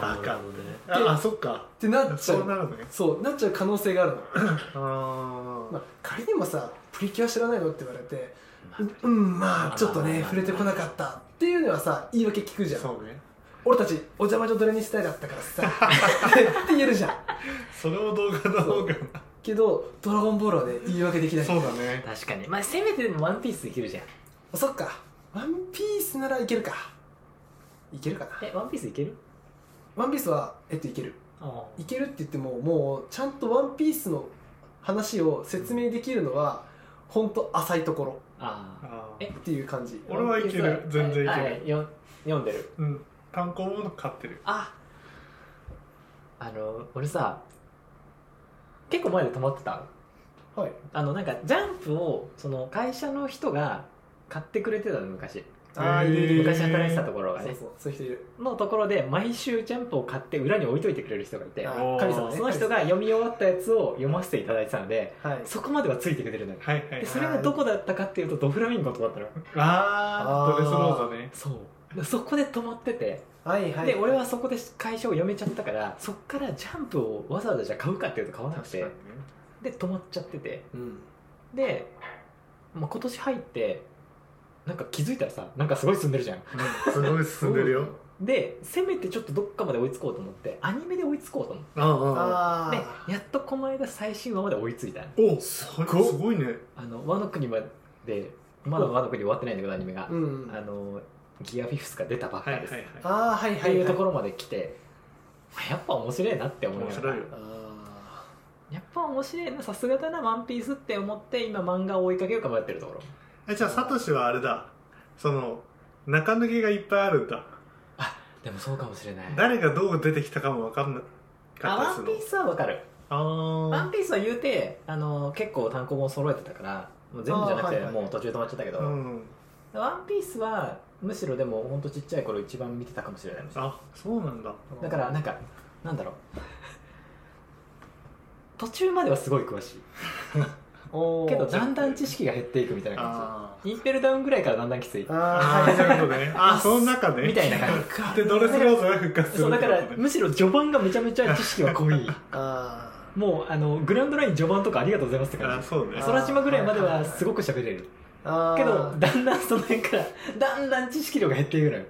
Speaker 2: バカ
Speaker 3: ね
Speaker 2: ああそっか
Speaker 4: たいなってなっちゃ
Speaker 2: そう
Speaker 4: う
Speaker 2: なるね
Speaker 4: そうなっちゃう可能性があるの、
Speaker 2: あ
Speaker 4: ま
Speaker 2: ー
Speaker 4: あ、仮にもさプリキュア知らないのって言われて
Speaker 3: まあ
Speaker 4: ううんまあちょっとね触れてこなかったっていうのはさ言い訳聞くじゃん
Speaker 2: そうね
Speaker 4: 俺たちお邪魔女ドレミ世代だったからさって言えるじゃん
Speaker 2: それも動画の方が
Speaker 4: けどドラゴンボールはね言い訳できない
Speaker 2: そうだね
Speaker 3: 確かにまあせめてでもワンピースできるじゃん
Speaker 4: そっかワンピースならいけるかいけるかな
Speaker 3: えワンピースいける
Speaker 4: ワンピースはえっといける
Speaker 3: あ
Speaker 4: いけるって言ってももうちゃんと「ワンピースの話を説明できるのは本当浅いところ
Speaker 3: あ
Speaker 2: あー
Speaker 3: え
Speaker 4: っていう感じ
Speaker 2: 俺はいける全然いける
Speaker 3: はいはいよん読んでる
Speaker 2: うん単行本買ってる
Speaker 3: ああの俺さ結構前で止まってた
Speaker 4: はい
Speaker 3: あのなんかジャンプをその会社の人が買ってくれてたの昔
Speaker 4: ああ
Speaker 2: へー
Speaker 4: いるいるいる
Speaker 3: 昔働いてたところが
Speaker 4: そう
Speaker 3: ね
Speaker 4: そうそういう人いる
Speaker 3: のところで毎週ジャンプを買って裏に置いといてくれる人がいて
Speaker 4: あ
Speaker 2: おー
Speaker 4: 神様ね
Speaker 3: その人が読み終わったやつを読ませていただいてたので
Speaker 4: はい
Speaker 3: そこまではついてくれるのよ
Speaker 2: はいはい
Speaker 3: でそれがどこだったかっていうとドフラミンゴとかだったの
Speaker 2: あ
Speaker 4: あ
Speaker 2: ー
Speaker 4: ー
Speaker 2: ドレスローザね
Speaker 3: そうそこで止まってて
Speaker 4: はいはい
Speaker 3: で俺はそこで会社を辞めちゃったからそっからジャンプをわざわざじゃあ買うかっていうと買わなく
Speaker 2: 確かに
Speaker 3: て
Speaker 2: ね
Speaker 3: で止まっちゃってて
Speaker 4: うん
Speaker 3: で、まあ、今年入ってなんか気づいたらさなんかすごい進んでるじゃん
Speaker 2: うんすごい進んでるよ
Speaker 3: でせめてちょっとどっかまで追いつこうと思ってアニメで追いつこうと思って
Speaker 2: うんうんうん
Speaker 4: ああ
Speaker 3: でやっとこの間最新話まで追いついた
Speaker 2: おすごいすごいね
Speaker 3: あの和の国までまだ和の国終わってないんだけどアニメが、
Speaker 4: うん
Speaker 3: あのギアフィフスが出たばっか
Speaker 2: はい
Speaker 3: り
Speaker 2: は
Speaker 3: で
Speaker 2: い
Speaker 3: す、
Speaker 2: はい
Speaker 4: ああはいはい
Speaker 3: っていうとこ
Speaker 4: ろ
Speaker 3: ろまで来て、やっぱ面白いなって思い
Speaker 2: 面
Speaker 3: ました
Speaker 2: 白いよ
Speaker 4: あ
Speaker 3: やっぱ面白いなさすがだな「ワンピースって思って今漫画を追いかけようか迷ってるところ
Speaker 2: えじゃあサトシはあれだその中抜けがいっぱいあるんだ
Speaker 3: でもそうかもしれない
Speaker 2: 誰がどう出てきたかも分かんな
Speaker 3: あ
Speaker 2: か
Speaker 3: ワ
Speaker 2: っ
Speaker 3: ン
Speaker 2: た
Speaker 3: ピ
Speaker 2: り
Speaker 3: ースはわかる「
Speaker 2: あ
Speaker 3: ワン
Speaker 2: あ
Speaker 3: ピースは言うてあの結構単行本揃えてたからもう全部じゃなく
Speaker 4: あーはい
Speaker 3: て
Speaker 4: はい
Speaker 3: もう途中で止まっちゃったけど「
Speaker 2: ーうん
Speaker 3: ワンピースはむしろでもほんとちっちゃい頃一番見てたかもしれない
Speaker 2: あそうなんだ
Speaker 4: ー
Speaker 3: だからなんかなんだろう 途中まではすごい詳しい
Speaker 4: おー
Speaker 3: けどだんだん知識が減っていくみたいな感
Speaker 2: あ
Speaker 3: じインペルダウンぐらいからだんだんきつい
Speaker 4: あ
Speaker 2: あ
Speaker 4: ー
Speaker 2: ーそういうことねあーその中ね
Speaker 3: みたいな感
Speaker 2: でドレスローズが復活す
Speaker 3: じそ
Speaker 2: る
Speaker 3: う
Speaker 2: っ
Speaker 3: だ
Speaker 2: て
Speaker 3: か
Speaker 2: ことね
Speaker 3: らむしろ序盤がめちゃめちゃ知識は濃い
Speaker 4: あ
Speaker 3: もうあのグランドライン序盤とかありがとうございますって
Speaker 2: あ
Speaker 3: 感
Speaker 2: ー
Speaker 3: じ
Speaker 2: そうね
Speaker 4: あ
Speaker 3: 空島ぐらいまではすごく喋れる
Speaker 4: ーあー
Speaker 3: けどだんだんその辺からだんだん知識量が減っていくのよ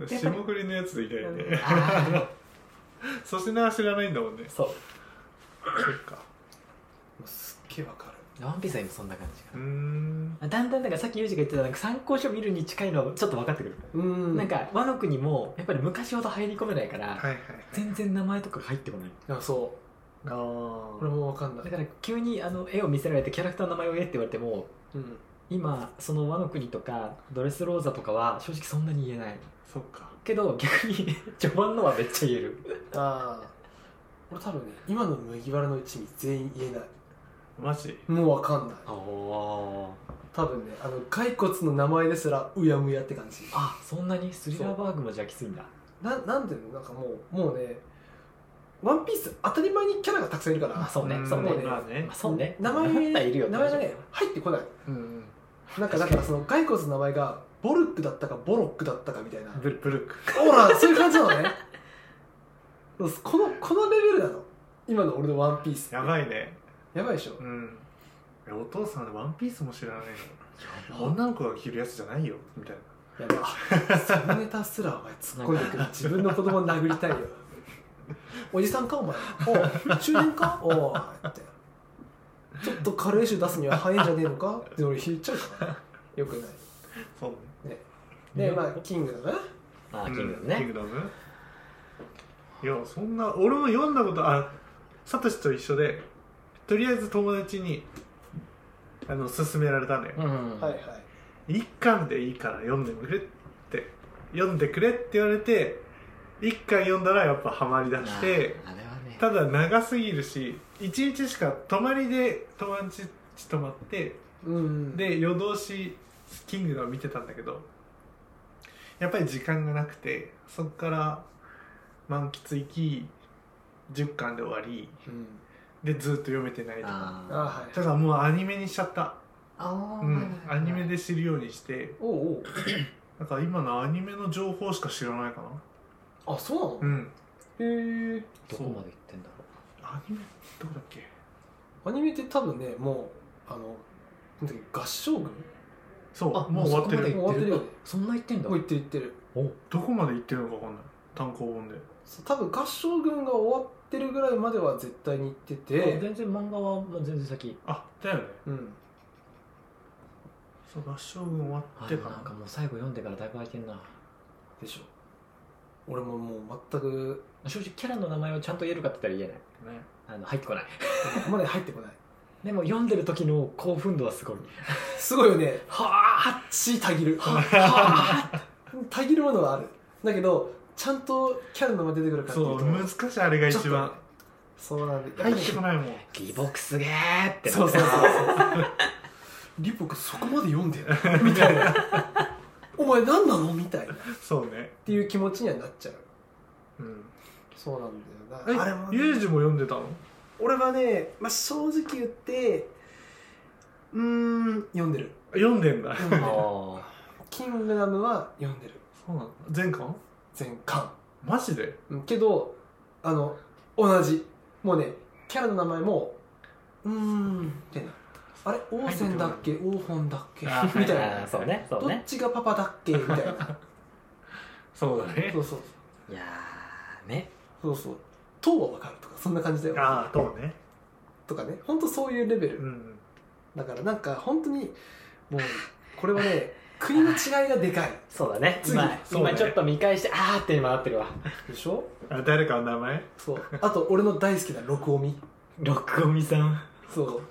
Speaker 4: うん
Speaker 2: 霜降りのやつでいたよね
Speaker 3: あ
Speaker 2: 粗品は知らないんだもんね
Speaker 3: ーそう
Speaker 2: そっか
Speaker 4: すっげえわか
Speaker 3: 「
Speaker 4: る
Speaker 3: ワンピースは今そんな感じ
Speaker 2: う
Speaker 3: かなん
Speaker 2: ー
Speaker 3: だんだんなんかさっきユージが言ってたなんか参考書見るに近いのはちょっと分かってくる、
Speaker 4: うん
Speaker 3: なんか和の国もやっぱり昔ほど入り込めないから、
Speaker 2: はいはい
Speaker 3: 全然名前とかが入ってこない
Speaker 4: あそう
Speaker 2: あ
Speaker 4: これ
Speaker 2: ー
Speaker 4: もわかんな
Speaker 3: だ
Speaker 4: い
Speaker 3: から急にあの絵を見せられてキャラクターの名前を言えって言われても
Speaker 4: うん
Speaker 3: 今その和の国とかドレスローザとかは正直そんなに言えない
Speaker 2: そっか
Speaker 3: けど逆に 序盤のはめっちゃ言える
Speaker 4: ああ俺多分ね今の麦わらの一味全員言えない
Speaker 2: マジ
Speaker 4: もうわかんない
Speaker 3: あー
Speaker 4: 多分ねあの骸骨の名前ですらうやむやって感じ
Speaker 3: あそんなにスリラーバーグもじゃあきついんだ
Speaker 4: ななんでねなんかもうもうねワンピース当たり前にキャラがたくさんいるから、
Speaker 3: まあそうね
Speaker 2: ん
Speaker 3: そうね
Speaker 4: もうね
Speaker 2: まあね
Speaker 3: まあそうね
Speaker 4: 名 前
Speaker 3: 名前いるよ
Speaker 4: 名前がね入ってこない
Speaker 2: うん
Speaker 4: なんかだからその骸骨の名前がボルックだったかボロックだったかみたいな
Speaker 2: ブルブルック
Speaker 4: ほらそういう感じなのねそうこのこのレベルなの今の俺のワンピースって
Speaker 2: やばいね
Speaker 4: やばいでしょ
Speaker 2: うんいやお父さんワンピースも知らない
Speaker 3: やば
Speaker 2: の女の子が着るやつじゃないよみたいな
Speaker 4: やばそのネタすらお前突っ込んでくる自分の子供を殴りたいよおじさんかお前おう中年かおおってちょっと軽い種出すには早いんじゃねえのかって俺引いちゃうからよくない
Speaker 2: そうね
Speaker 4: でまあキングだな
Speaker 3: あーキングダム
Speaker 2: うんキン
Speaker 3: ね
Speaker 2: グダムいやそんな俺も読んだことあサトシと一緒でとりあえず友達にあの勧められたのよ
Speaker 3: うんうん
Speaker 4: はいはい
Speaker 2: 一巻でいいから読んでくれって読んでくれって言われて一巻読んだらやっぱハマりだして
Speaker 3: あーあれはね
Speaker 2: ただ長すぎるし一日しか泊まりで友達んち泊まって
Speaker 4: うん
Speaker 2: で夜通しキングダム見てたんだけどやっぱり時間がなくてそっから満喫行き10巻で終わり
Speaker 4: うん
Speaker 2: でずっと読めてないとか
Speaker 4: あ
Speaker 3: あ
Speaker 4: はい
Speaker 2: ただもうアニメにしちゃった、
Speaker 3: あ
Speaker 2: うん、アニメで知るようにして
Speaker 4: おう
Speaker 2: なんか今のアニメの情報しか知らないかな
Speaker 4: おうあそうな
Speaker 2: う
Speaker 4: の、
Speaker 2: ん
Speaker 4: へえ
Speaker 3: どこまで行ってんだろ
Speaker 2: アニメどこだっけ
Speaker 4: アニメって多分ねもうあのなんだっけ合唱軍も
Speaker 2: そう
Speaker 3: うあ
Speaker 2: もう終わっ
Speaker 3: そ
Speaker 2: て
Speaker 3: こまで
Speaker 2: る
Speaker 4: もう終わってるよね
Speaker 3: あそんな行ってんだ
Speaker 4: う言ってる言ってる
Speaker 3: お
Speaker 2: どこまで行ってるのか分かんない単行本で
Speaker 4: そう多分合唱軍が終わってるぐらいまでは絶対に行って
Speaker 3: あ
Speaker 4: て
Speaker 3: 全然漫画はもう全然先
Speaker 2: あだよね
Speaker 4: うん
Speaker 2: そう合唱軍終わ
Speaker 3: あ
Speaker 2: っ
Speaker 3: で
Speaker 2: て
Speaker 3: も
Speaker 2: か
Speaker 3: なん
Speaker 2: な
Speaker 3: かもう最後読んでからだいぶ空いてんな
Speaker 4: でしょ俺ももう全く
Speaker 3: 正直キャラの名前をちゃんと言えるかって言ったら言え
Speaker 2: ね
Speaker 3: ないあの入ってこない
Speaker 4: ここまで入ってこない
Speaker 3: でも読んでる時の興奮度はすごい
Speaker 4: すごいよね
Speaker 3: はあ
Speaker 4: 血たぎる
Speaker 3: はあ
Speaker 4: たぎるものはあるだけどちゃんとキャラの名前出てくるかっていう
Speaker 2: そ
Speaker 4: と
Speaker 2: う難しいあれが一番
Speaker 4: そうなんで
Speaker 2: 入ってこ ないもん
Speaker 3: ギボクすげーって
Speaker 4: そ
Speaker 3: な
Speaker 4: う
Speaker 3: っ
Speaker 4: そう
Speaker 3: て
Speaker 4: そうそうリポ君そこまで読んでんのみたいなお前何なのみたいなっ
Speaker 2: そうね
Speaker 4: ていう気持ちにはなっちゃ
Speaker 2: う
Speaker 4: う
Speaker 2: ん
Speaker 4: そうなんだ
Speaker 2: え
Speaker 4: よなあれもね
Speaker 2: ユージも読んでたの
Speaker 4: 俺はね、まあ、正直言ってうーん読ん でる
Speaker 2: 読んでんだ
Speaker 4: 読んでる
Speaker 3: おー
Speaker 4: キングダムは読んでる
Speaker 2: そうなの全巻
Speaker 4: 全巻
Speaker 2: マジで
Speaker 4: うんけどあの同じもうねキャラの名前もうーんってなあれ王翦だっけ王本だっけ
Speaker 2: あ
Speaker 4: みたい
Speaker 3: あー
Speaker 4: な
Speaker 3: そうねそう
Speaker 4: どっ
Speaker 3: ね
Speaker 4: ちがパパだっけみたいな
Speaker 2: そうだね
Speaker 4: そうそう
Speaker 3: いやーね
Speaker 4: そうそう党は分かるとかそんな感じだよ
Speaker 2: ああそうね
Speaker 4: とかね本当そういうレベル、
Speaker 2: うん
Speaker 4: だからなんか本当にもうこれはね国の違いがでかい
Speaker 3: そうだね
Speaker 4: 次
Speaker 3: 今
Speaker 2: そうね
Speaker 3: 今ちょっと見返してあーって今なってるわ
Speaker 4: でしょ
Speaker 2: あ誰かの名前
Speaker 4: そうあと俺の大好きな録音み
Speaker 3: 六尾さん
Speaker 4: そう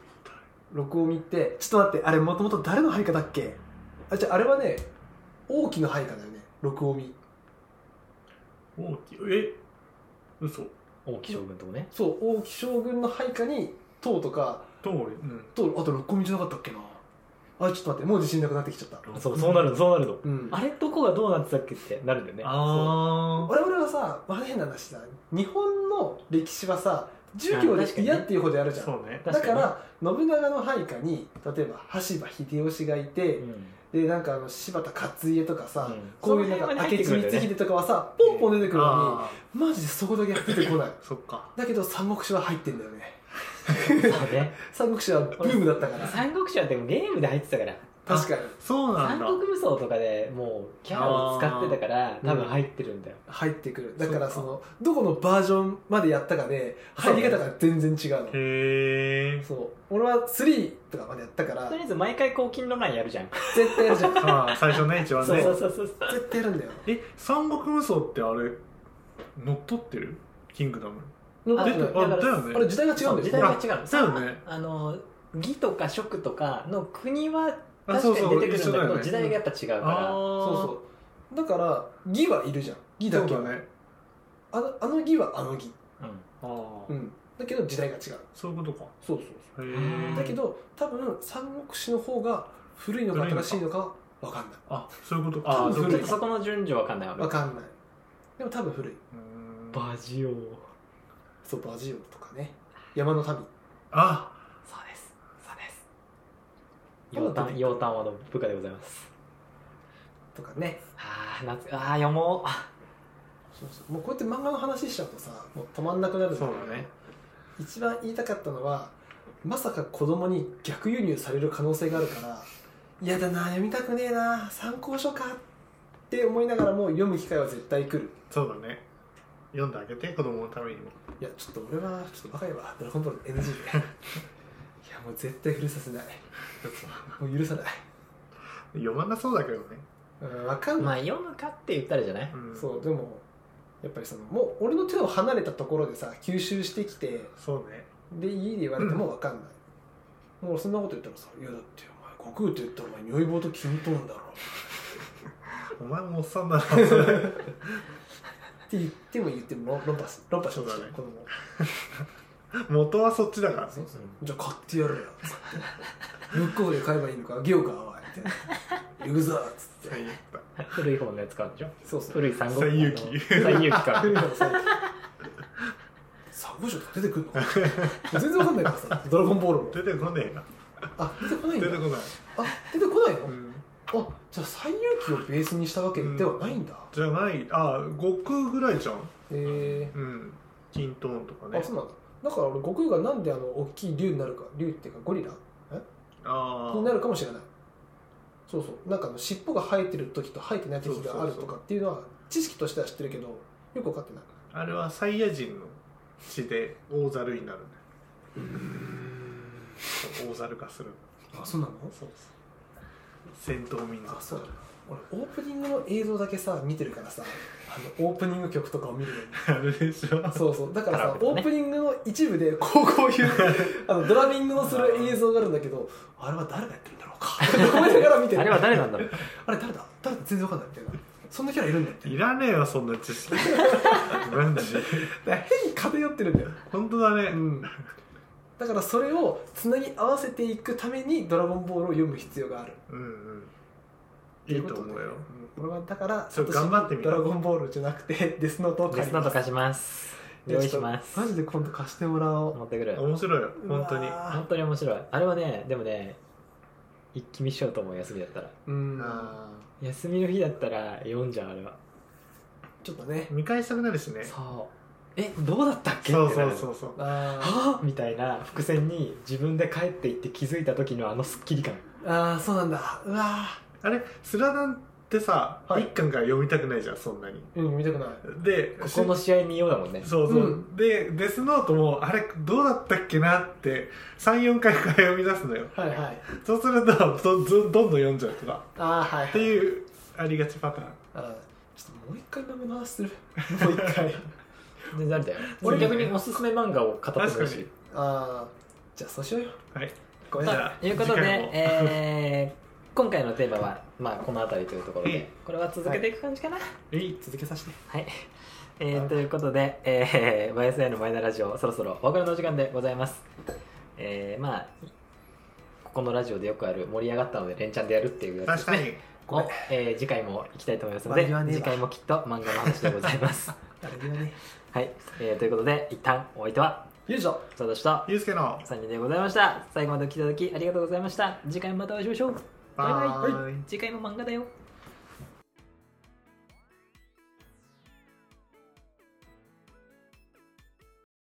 Speaker 4: 録音見ってちょっと待ってあれもともと誰の配下だっけあじゃああれはね大きな配下だよね録音見
Speaker 2: 大きいえ嘘
Speaker 3: 大木将軍とこね
Speaker 4: そう大き将軍の配下に唐とか
Speaker 2: 通りうん
Speaker 4: 唐あと録音見じゃなかったっけなあちょっと待ってもう自信なくなってきちゃった
Speaker 3: そうそうなるのそうなるの
Speaker 4: うん
Speaker 3: あれどこがどうなってたっけってなるんだよね
Speaker 2: あ
Speaker 4: 我々はさ、まあ、変な話さ日本の歴史はさ儒教
Speaker 3: あ
Speaker 4: で
Speaker 3: 確かにね
Speaker 4: 嫌っていうほどやる
Speaker 2: あ
Speaker 4: じゃん、
Speaker 2: そうね
Speaker 4: だ
Speaker 3: 確
Speaker 4: か
Speaker 3: に
Speaker 4: ら信長の配下に例えば羽柴秀吉がいて、
Speaker 3: うん
Speaker 4: でなんかあの柴田勝家とかさ、
Speaker 3: うん
Speaker 4: こういうなん
Speaker 3: その辺
Speaker 4: か
Speaker 3: はね
Speaker 4: 明智光秀とかはさポンポン出てくるの
Speaker 2: あ
Speaker 4: にマジでそこだけ出てこない
Speaker 2: あそっか
Speaker 4: だけど三国志は入ってんだよね
Speaker 3: そうね
Speaker 4: 三国志はブームだったから
Speaker 3: 三国志はでもゲームで入ってたから
Speaker 4: 確かに
Speaker 2: そうなん
Speaker 3: 三
Speaker 2: だ
Speaker 3: 国武装とかでもうキャラを使ってたから
Speaker 4: ー
Speaker 3: 多分入ってるんだよ、
Speaker 4: 入ってくるだから
Speaker 2: そ
Speaker 4: そう
Speaker 2: か
Speaker 4: のどこのバージョンまでやったかで入り方が全然違うの
Speaker 2: へえ
Speaker 4: そう俺は3とかまでやったから
Speaker 3: とりあえず毎回こう金のラインやるじゃん
Speaker 4: 絶対やるじゃん
Speaker 2: ああ最初ね一番
Speaker 3: そう
Speaker 2: ね
Speaker 3: そうそうそう
Speaker 4: 絶対 やるんだよ
Speaker 2: え三国無双ってあれ乗っ取ってるキングダム
Speaker 4: 乗
Speaker 3: あ
Speaker 4: っ
Speaker 2: 出
Speaker 4: て
Speaker 2: て
Speaker 4: る
Speaker 3: だから
Speaker 2: あだよね
Speaker 4: あれ時代が違うんだよ
Speaker 3: 時代が違うの
Speaker 2: そうよね
Speaker 3: あの義とか職とかの国は
Speaker 2: あそう
Speaker 3: 確か
Speaker 2: そ
Speaker 3: に
Speaker 2: う
Speaker 3: 出てくるんだけど
Speaker 2: 一緒だよね
Speaker 3: 時代がやっぱ違うか
Speaker 2: そ
Speaker 4: そうそうだから義はいるじゃん義だ
Speaker 2: そう
Speaker 4: け
Speaker 2: だね
Speaker 4: あのあの義はあの義
Speaker 3: ら、うん
Speaker 2: ああ、
Speaker 4: うんだけど時代が違うそう
Speaker 2: そういうことか
Speaker 4: そう
Speaker 2: へ
Speaker 4: そ
Speaker 2: え
Speaker 4: うだけど多分三国志の方が古いのか
Speaker 2: 古いのか
Speaker 4: 新しいのかは分かんない
Speaker 2: あそういうことか
Speaker 4: 多
Speaker 2: あ
Speaker 4: 分
Speaker 2: そう
Speaker 3: ちょっ
Speaker 2: いうこ
Speaker 4: 古
Speaker 3: と
Speaker 4: い
Speaker 2: と
Speaker 3: そこの順序わかんないわ
Speaker 4: 分かんないでも多分古いう
Speaker 2: ーん
Speaker 3: バジオそう
Speaker 4: そうバジオとかね山の民
Speaker 2: あ
Speaker 3: ですそうです洋
Speaker 4: 多分出てく
Speaker 3: 丹
Speaker 4: る
Speaker 3: 洋丹和の部下でございます
Speaker 4: とかね
Speaker 3: あー夏あー読もう
Speaker 4: そうそうもうこうやって漫画の話しちゃうとさもう止まんなくなるん
Speaker 2: そう
Speaker 4: けど
Speaker 2: だね
Speaker 4: 一番言いたかったのはまさか子供に逆輸入される可能性があるから嫌だな読みたくねえな参考書かって思いながらも読む機会は絶対来る
Speaker 2: そうだね読んであげて子供のためにも
Speaker 4: いやちょっと俺はちょっとバカやわドラゴンボール NG でいやもう絶対許させないもう許さない
Speaker 2: 読まなそうだけどね、
Speaker 4: うんわかん
Speaker 3: ま
Speaker 4: ない、
Speaker 3: あ読むかって言ったらじゃない、
Speaker 2: うん、
Speaker 4: そうでもやっぱりそのもう俺の手を離れたところでさ吸収してきて
Speaker 2: そうね
Speaker 4: で家で言われてもわかんない、もうそんなこと言ったらさ「いやだってお前悟空って言ったらお前如意棒と均等なんだろ」
Speaker 2: お前もおっさんだな それ
Speaker 4: って言っても言っても論破す論破しようとし
Speaker 2: そうだね
Speaker 4: 子供を
Speaker 2: 元はそっちだからね
Speaker 4: じゃあ買ってやるよつって向こうで買えばいいのかあげようかおいみたいな行くぞっつって
Speaker 2: 最悪だ
Speaker 3: 古い方のやつ買うんでしょ
Speaker 4: そうそう
Speaker 3: 古い三国
Speaker 2: 最勇気
Speaker 3: 最勇気 か
Speaker 4: 古いからさサブジョとか出てくんのかな全然わかんないからさドラゴンボールも
Speaker 2: 出てこねえな
Speaker 4: あ出てこないん
Speaker 2: 出
Speaker 4: だ
Speaker 2: てこない、
Speaker 4: あ出てこないの、
Speaker 2: うん、
Speaker 4: あじゃあ最勇気をベースにしたわけではないんだ、
Speaker 2: じゃないあ悟空ぐらいじゃん
Speaker 4: へえ
Speaker 2: うんキントーンとかね
Speaker 4: あそうなんだだから俺悟空がなんであの大きい竜になるか竜っていうかゴリラ
Speaker 2: あ
Speaker 4: になるかもしれないそうそうなんかあの尻尾が生えてる時と生えてない時があるとかっていうのは知識としては知ってるけどよく分かってない
Speaker 2: ああれはサイヤ人の血で大猿になるねそう大猿化する
Speaker 4: あそうなの
Speaker 2: そうそう戦闘民族
Speaker 4: あそうだ俺オープニングの映像だけさ見てるからさあのオープニング曲とかを見るのに
Speaker 2: あれでしょ
Speaker 4: そうそうだから
Speaker 3: カラオ
Speaker 4: さ
Speaker 3: ケとか
Speaker 4: オ
Speaker 3: ね
Speaker 4: ープニングの一部でこうこういう あのドラミングのする映像があるんだけどあれは誰がやってるんだろうかって思いながら見てる
Speaker 3: あれは誰なんだろう
Speaker 4: あれ誰だ誰だ全然わかんないみたいなそんなキャラいるんだって
Speaker 2: いらねえよそんな知識マジ
Speaker 4: だから変に偏ってるんだよ、
Speaker 2: 本当だね、
Speaker 4: うん、だからそれをつなぎ合わせていくために「ドラゴンボール」を読む必要がある
Speaker 2: うんうんいいと思うよ
Speaker 4: うん俺はだから
Speaker 2: そう頑張ってみ
Speaker 4: ド
Speaker 2: よう
Speaker 4: ラゴンボールじゃなくてデスノートを
Speaker 3: ゲス
Speaker 4: 借り
Speaker 3: ト
Speaker 4: ます
Speaker 3: とかします用意します
Speaker 4: ちょっとマジで今度貸してもらおう
Speaker 3: 持ってくる
Speaker 2: 面白いよ本当に
Speaker 4: うわ
Speaker 3: 本当に面白いあれはねでもね一気見しようと思う休みだったら
Speaker 4: ーうん
Speaker 2: あ
Speaker 3: 休みの日だったら読んじゃうあれは
Speaker 4: ちょっとね
Speaker 2: 見返したくなるしね
Speaker 3: そうえどうだったっけ
Speaker 2: そうそう
Speaker 3: う
Speaker 2: そうそう
Speaker 4: あ
Speaker 3: はあみたいな伏線に自分で帰っていって気づいた時のあのスッキリ感
Speaker 4: ーあーそうなんだうわ
Speaker 2: あれスラダンってさ、一
Speaker 4: はい
Speaker 2: 巻から読みたくないじゃんそんなに
Speaker 4: ーうん見たくない
Speaker 2: で
Speaker 3: ここの試合見ようだもんね
Speaker 2: そうそう、
Speaker 4: う
Speaker 2: でデスノートもあれどうだったっけなって34回から読み出すのよ
Speaker 4: はいはい
Speaker 2: そうするとどどどんどん読んじゃうとか
Speaker 4: ああはい、はい、
Speaker 2: っていうありがちパターン
Speaker 4: あーちょっともう一回漫画の話するもう一回
Speaker 3: 全然ありだよ俺逆におすすめ漫画を語って
Speaker 2: 確
Speaker 3: ほ
Speaker 2: か
Speaker 3: しい
Speaker 2: に
Speaker 4: ああじゃあそうしようよ
Speaker 2: はい
Speaker 4: ごめん
Speaker 3: さ
Speaker 4: な
Speaker 3: あ
Speaker 4: さい
Speaker 2: ゃあ
Speaker 3: ということで
Speaker 2: 次回も、
Speaker 3: えー今回のテーマは、まあ、この辺りというところ
Speaker 2: うん
Speaker 3: でこれは続けていく感じかなはい、
Speaker 2: えい
Speaker 4: 続けさせて
Speaker 3: えーということで、えー、YSI のマイナラジオそろそろお別れのお時間でございますえーまあここのラジオでよくある盛り上がったので連チャンでやるっていうやつ
Speaker 2: 確かに
Speaker 4: ごめん
Speaker 3: を、えー次回も行きたいと思いますので
Speaker 4: 間に合わねえわ
Speaker 3: 次回もきっと漫画の話でございます
Speaker 4: 誰にもね
Speaker 3: はい、えーということで一旦お相手は
Speaker 4: よいしょ
Speaker 3: 佐藤氏と
Speaker 2: ゆうすけの
Speaker 3: 3人でございました最後までお聞きいただきありがとうございました次回もまたお会いしましょうバイバイ
Speaker 2: バイ
Speaker 3: 次回も漫画だよ